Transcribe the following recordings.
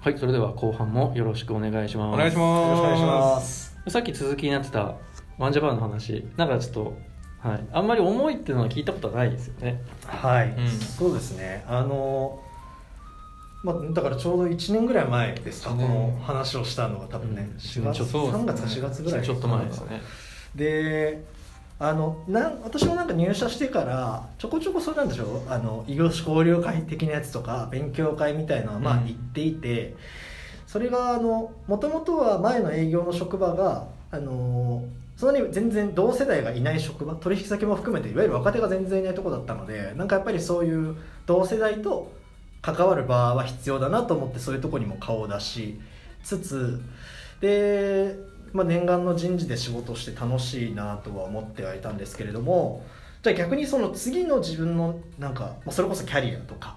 はいそれでは後半もよろしくお願いしますお願いしよまろすしくお願いしますさっき続きになってたワンジャパンの話なんかちょっとはいあんまり重いっていうのは聞いたことはないですよねはい、うんそうですねあのまあ、だからちょうど1年ぐらい前ですか、一こ年の話をしたのが多分ね、うん4月ちょっと3月か4月ぐらいちょっと前ですねであのなん私もなんか入社してからちょこちょこそうなんでしょあの異業種交流会的なやつとか勉強会みたいなのはまあうん行っていて、それがあのもともとは前の営業の職場があのそんなに全然同世代がいない職場取引先も含めていわゆる若手が全然いないとこだったのでなんかやっぱりそういう同世代と関わる場は必要だなと思ってそういうとこにも顔を出しつつで、まあ、念願の人事で仕事をして楽しいなとは思ってはいたんですけれどもじゃあ逆にその次の自分のなんか、まあ、それこそキャリアとか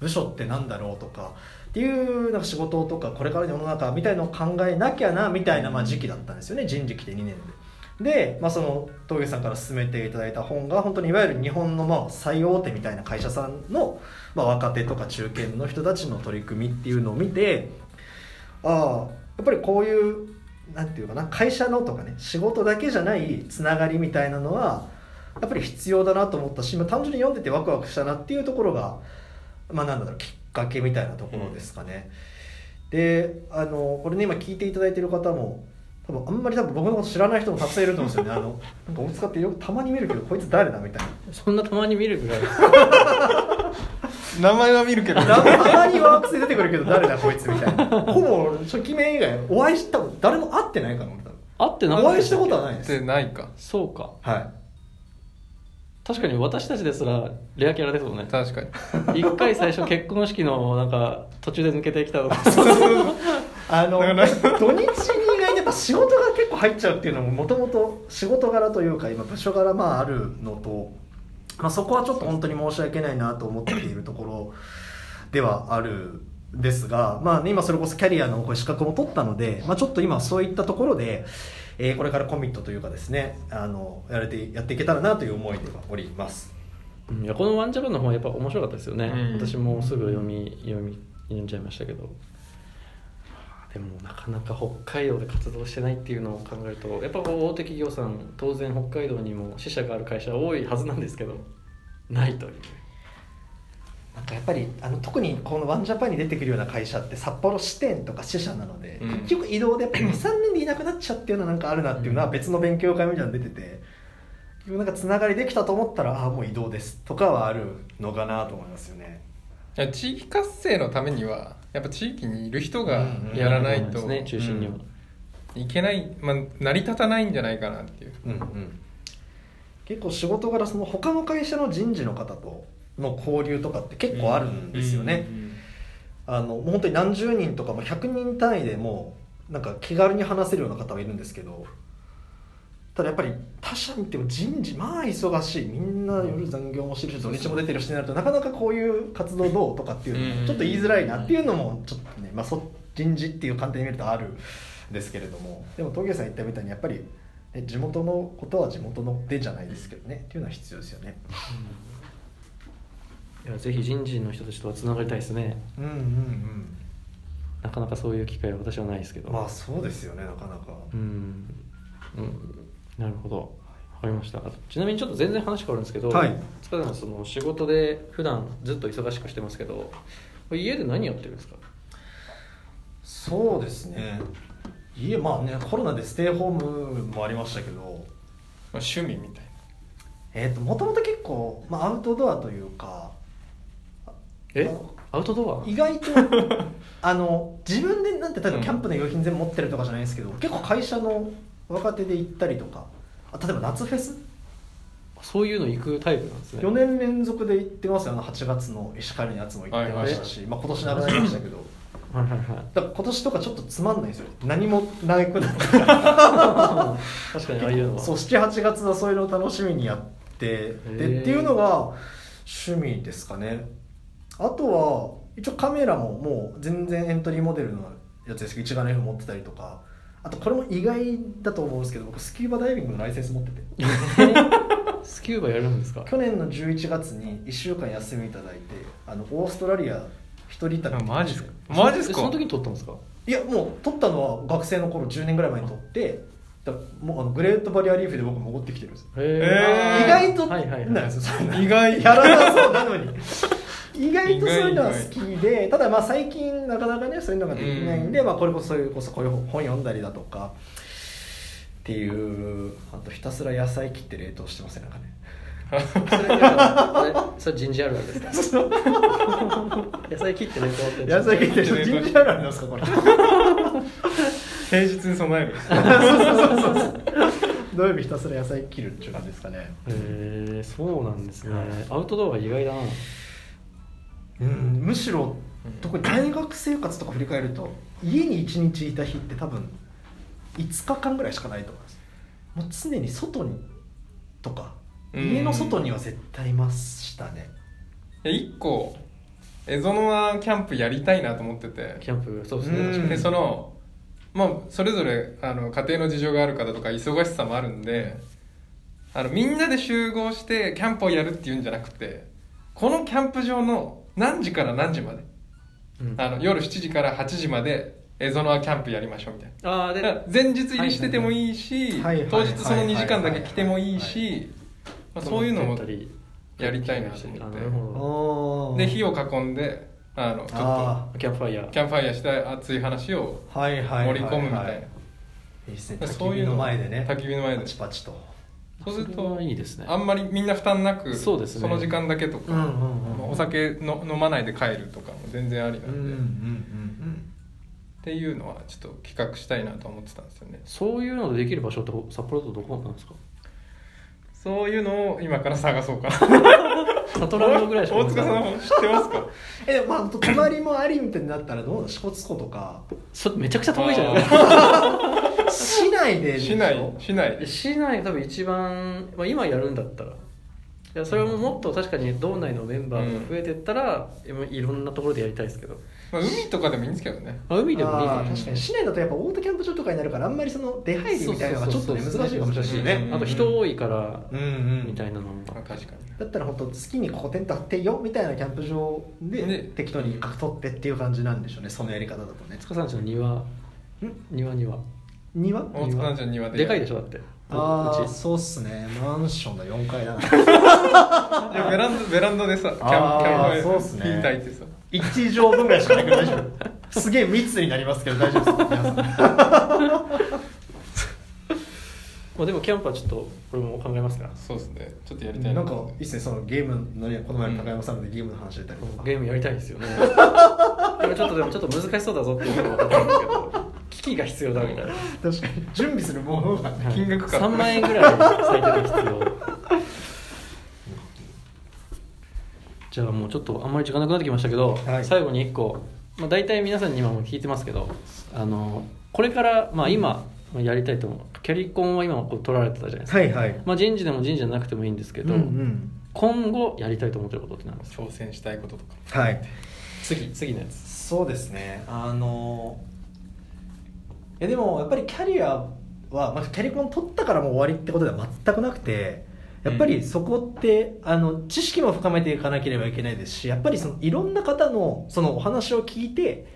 部署ってなんだろうとかっていうなんか仕事とかこれからの世の中みたいのを考えなきゃなみたいなまあ時期だったんですよね人事来て2年で。で、まあ、その峠さんから勧めていただいた本が本当にいわゆる日本のまあ最大手みたいな会社さんのまあ若手とか中堅の人たちの取り組みっていうのを見てああやっぱりこういうなんていうかな会社のとかね仕事だけじゃないつながりみたいなのはやっぱり必要だなと思ったし、まあ、単純に読んでてワクワクしたなっていうところが、まあ、なんだろうきっかけみたいなところですかね。であのこれね今聞いていただいてる方も多分あんまり多分僕のこと知らない人もたくさんいると思うんですよねあのなんか大塚ってよくたまに見るけどこいつ誰だみたいな。そんなたまに見るぐ らい名前は見るけどたまにワークスで出てくるけど誰だこいつみたいなほぼ初期面以外お会いしたこと誰も会ってないから俺多分あってなかおった会いしたことははないでってすないかそうかは確かに私たちですらレアキャラですもんね確かに一回最初結婚式のなんか途中で抜けてきたとかいあのだから 土日に意外にやっぱ仕事が結構入っちゃうっていうのももともと仕事柄というか今部署柄まああるのと、まあ、そこはちょっと本当に申し訳ないなと思っているところではあるんですが、まあね、今それこそキャリアのこう資格も取ったので、まあ、ちょっと今そういったところで、えーこれからコミットというかですねあのやれてやっていけたらなという思いではおります。うんいやこのワンジャパンの方はやっぱ面白かったですよね、うん私もすぐ読み読み読んじゃいましたけどでもなかなか北海道で活動してないっていうのを考えるとやっぱこう大手企業さん当然北海道にも支社がある会社は多いはずなんですけどないというなんかやっぱりあの特にこのワンジャパンに出てくるような会社って札幌支店とか支社なので、うん結局移動でやっ ぱり23年でいなくなっちゃっていうのはなんかあるなっていうのは別の勉強会みたいなの出てて結局なんかつながりできたと思ったらああもう移動ですとかはあるのかなと思いますよね。いや地域活性のためにはやっぱ地域にいる人がやらないと、ですね中心には、うんいけない、まあ、成り立たないんじゃないかなっていううんうん、結構仕事柄その他の会社の人事の方との交流とかって結構あるんですよね。あのもう本当に何十人とかもう100人単位でもうなんか気軽に話せるような方はいるんですけどただやっぱり他社見ても人事まあ忙しいみんな夜残業もしてるし土日も出てるしになるとなかなかこういう活動どうとかっていうのうんもちょっと言いづらいなっていうのもちょっとね、まあ、そ人事っていう観点で見るとあるんですけれどもでも峠さん言ったみたいにやっぱり、ね、地元のことは地元のでじゃないですけどねっていうのは必要ですよね。いやぜひ人事の人たちとはつながりたいですねうんうんうんなかなかそういう機会は私はないですけどまあそうですよねなかなか。うん、うん、なるほどわかりましたちなみにちょっと全然話変わるんですけど、はい塚田さんその仕事で普段ずっと忙しくしてますけどこれ家で何やってるんですかそうですね家まあねコロナでステイホームもありましたけどまあ、趣味みたいえっ、ともともと結構、まあ、アウトドアというかえアウトドア意外と あの自分でなんて例えばキャンプの用品全部持ってるとかじゃないですけど、結構会社の若手で行ったりとかあ例えば夏フェスそういうの行くタイプなんですね4年連続で行ってますよあの8月の石狩のやつも行ってましたし、まあ、今年なくなりましたけどはいはいはいだから今年とかちょっとつまんないですよ何もなくなった 確かにああいうのはそう78月はそういうのを楽しみにやってへーでっていうのが趣味ですかねあとは一応カメラももう全然エントリーモデルのやつですけど一眼レフ持ってたりとかあとこれも意外だと思うんですけど僕スキューバダイビングのライセンス持ってて スキューバやるんですか去年の11月に1週間休みいただいてあのオーストラリア1一人旅あマジっすかママジジっっすかすかその時に撮ったんですかいやもう撮ったのは学生の頃10年ぐらい前に撮ってだもうあのグレートバリアリーフで僕戻ってきてるんですよへー意外とはいはいはなんでいすよそういうの意外やらなそうな のに意外とそういうのは意好外きでただまあ最近なかなかねそういうのができないんで、うんまあ、これこそそれこそこういう本読んだりだとかっていうあとひたすら野菜切って冷凍してますねなんかねそれあれそれ人事あるあるですか野菜切ってねこうや 野って菜切って冷凍ジンジャーラーなんですかこれ 平日に備 えるそうそうそうそう土曜日ひたすら野菜切るっていう感じですかねへえそうなんですねアウトドアが意外だなうんむしろうん特に大学生活とか振り返ると家に1日いた日って多分5日間ぐらいしかないと思いますもう常に外にとかうん家の外には絶対いましたねで一個エゾノアキャンプやりたいなと思っててキャンプそうですうねん確かにでそのまあそれぞれあの家庭の事情がある方とか忙しさもあるんであのみんなで集合してキャンプをやるっていうんじゃなくてこのキャンプ場の何時から何時までうんあの夜7時から8時までエゾノアキャンプやりましょうみたいなあーだからで前日入りしててもいいしはいはいはい当日その2時間だけ来てもいいはいしまあそういうのもやりたいなとあ思なるほあで火をを囲んであのちょっあどキャンプファイヤとーキャンプファイヤーして熱い話をーはいはいはい、盛はい、り込むみたいな、いいですねで焚そきう火いうのの前でね焚き火の前でパチパチとそうするそれとはいいですねあんまりみんな負担なくそうですねの時間だけとか、うんうんうんまあお酒の飲まないで帰るとかも全然ありなんで、んっていうのはちょっと企画したいなと思ってたんですよねそういうのでできる場所ってほ札幌だとどこなんですかそういうのを今から探そうかなサトランドぐらいしか大塚さんの知ってますかえでもまあ隣もありみたいになったらどうだ支笏湖とか それめちゃくちゃ遠いじゃないですか市 内ででし市ょ内市内市内多分一番、まあ、今やるんだったらいやそれももっと確かに道内のメンバーが増えてったら、いろんなところでやりたいですけど、まあ、海とかでもいいんですけどねあ、海でもいいかあーも確かに市内だとやっぱオートキャンプ場とかになるからあんまりその出入りみたいなのがちょっとねそうそうそう難しいかもしれないですようねんあと人多いからうんみたいなのも、まあ確かだったら本当好きにここテント張っていいよみたいなキャンプ場ねで適当に一角取ってっていう感じなんでしょうねそのやり方だとね塚さんちの庭ん庭庭庭に大塚さんちの庭ででかいでしょだってああうちそうっすねマンションだ4階だないやベランダベランダでさキャンキあーャンプフそうァっイすね火焚いてさ1畳分ぐらいしかないから大丈夫すげえ密になりますけど大丈夫です皆さんまあ、でもキャンプはちょっとこれも考えますからそうですねちょっとやりたいなんとか思っいいてっすねそのゲームのねこの前の高山さんでゲームの話出たりとかゲームやりたいですよ ねでもちょっとでもちょっと難しそうだぞっていうのが分かったんですけど機器が必要だみたいな確かに準備するものがね金額か3万円ぐらい最低で必要じゃあもうちょっとあんまり時間なくなってきましたけど、はい最後に1個、まあ、大体皆さんに今も聞いてますけどあのこれから、まあ、今やりたいと思うキャリコンは今こう取られてたじゃないですか、はいはいまあ、人事でも人事じゃなくてもいいんですけど、うんうん今後やりたいと思ってることって何ですか挑戦したいこととかはい次次のやつそうですねあのえでもやっぱりキャリアは、まあ、キャリコン取ったからもう終わりってことでは全くなくてやっぱりそこって、あの知識も深めていかなければいけないですしやっぱりそのいろんな方のそのお話を聞いて、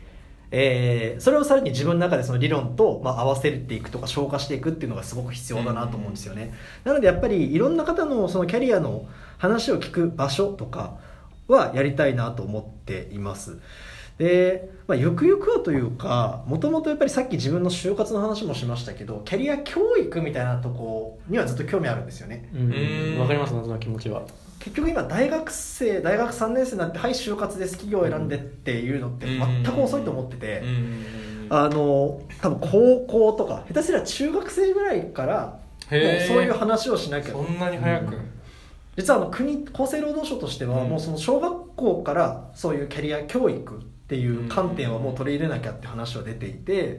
えーそれをさらに自分の中でその理論と、まあ、合わせていくとか消化していくっていうのがすごく必要だなと思うんですよね。なのでやっぱりいろんな方のそのキャリアの話を聞く場所とかはやりたいなと思っています。で、まあ、ゆくゆくはというかもともとやっぱりさっき自分の就活の話もしましたけどキャリア教育みたいなとこにはずっと興味あるんですよねうんうんわかりますなんとなく気持ちは結局今大学生大学3年生になってはい就活です企業を選んでっていうのって全く遅いと思ってて、うんあの多分高校とか下手すりゃ中学生ぐらいからもうそうへーいう話をしなきゃそんなに早く、うん実はあの国厚生労働省としてはうんもうその小学校からそういうキャリア教育っていう観点はもう取り入れなきゃって話は出ていて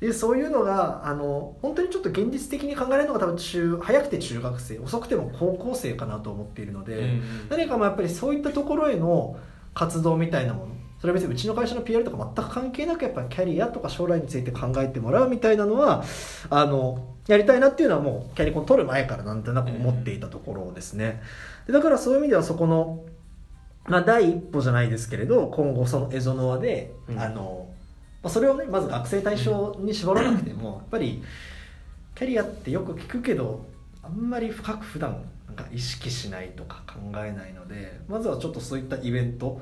でそういうのがあの本当にちょっと現実的に考えられるのが多分中早くて中学生遅くても高校生かなと思っているので、うん何かもやっぱりそういったところへの活動みたいなものそれは別にうちの会社の PR とか全く関係なくやっぱりキャリアとか将来について考えてもらうみたいなのはあのやりたいなっていうのはもうキャリコン取る前からなんとなく思っていたところですね。でだからそういう意味ではそこのまあ、第一歩じゃないですけれど今後そのエゾノアで、うんあのまあそれをねまず学生対象に絞らなくても、やっぱりキャリアってよく聞くけどあんまり深く普段なんか意識しないとか考えないのでまずはちょっとそういったイベント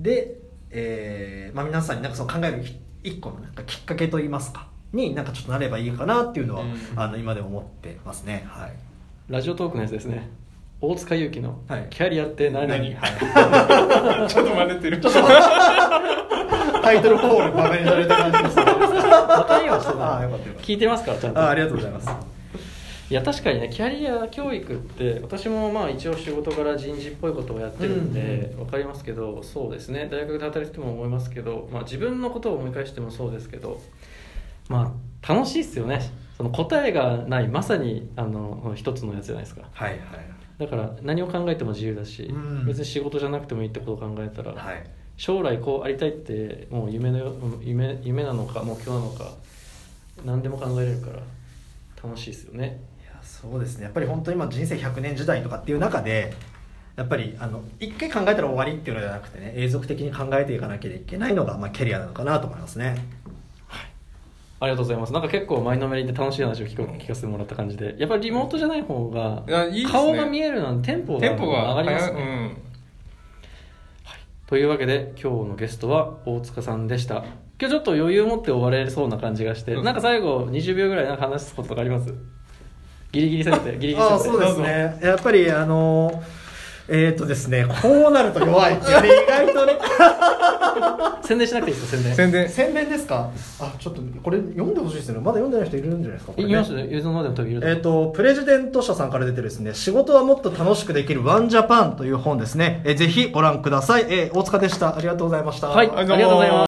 で、えーまあ、皆さんになんかその考えるき一個のなんかきっかけといいますかになんかちょっとなればいいかなっていうのは、うんあの今でも思ってますねはい。ラジオトークのやつですね大塚祐樹のはい「キャリアって何 何はいちょっと真似てるタイトルコールバカにされた感じですね。わかりましたああ、よかったよかっ聞いてますからちゃんた。ああ、ありとがとうございます。いや確かにねキャリア教育って私もまあ一応仕事から人事っぽいことをやってるんで、わかりますけどそうですね大学で働いてても思いますけど、まあ、自分のことを思い返してもそうですけどまあ楽しいっすよねその答えがないまさにあの一つのやつじゃないですかはいはいだから何を考えても自由だし、うん別に仕事じゃなくてもいいってことを考えたら、はい。将来こうありたいってもう夢のよ夢夢なのか目標なのか何でも考えれるから楽しいですよねいやそうですね。やっぱり本当今人生100年時代とかっていう中で。やっぱりあの一回考えたら終わりっていうのではなくてね永続的に考えていかなきゃいけないのが、まあ、キャリアなのかなと思いますねありがとうございますなんか結構前のめりで楽しい話を聞こ聞かせてもらった感じでやっぱりリモートじゃない方がいやいいですね顔が見えるなんてテンポがテンポが上がりますうね、んというわけで今日のゲストは大塚さんでした今日ちょっと余裕を持って終われそうな感じがして、うんなんか最後20秒ぐらいなんか話すこととかありますギリギリされてギリギリああされそうてですねやっぱりあのえっ、とですねこうなると弱いっていうね意外とね宣伝しなくていいですよ宣伝宣伝 宣伝ですかあちょっとこれ読んでほしいですねまだ読んでない人いるんじゃないですかこえれいねきますよゆずのまでも多分いるとえ思うっ、と、プレジデント社さんから出てるですね、仕事はもっと楽しくできるワンジャパンという本ですね。えーぜひご覧ください。えー大塚でした。ありがとうございました。はいありがとうございます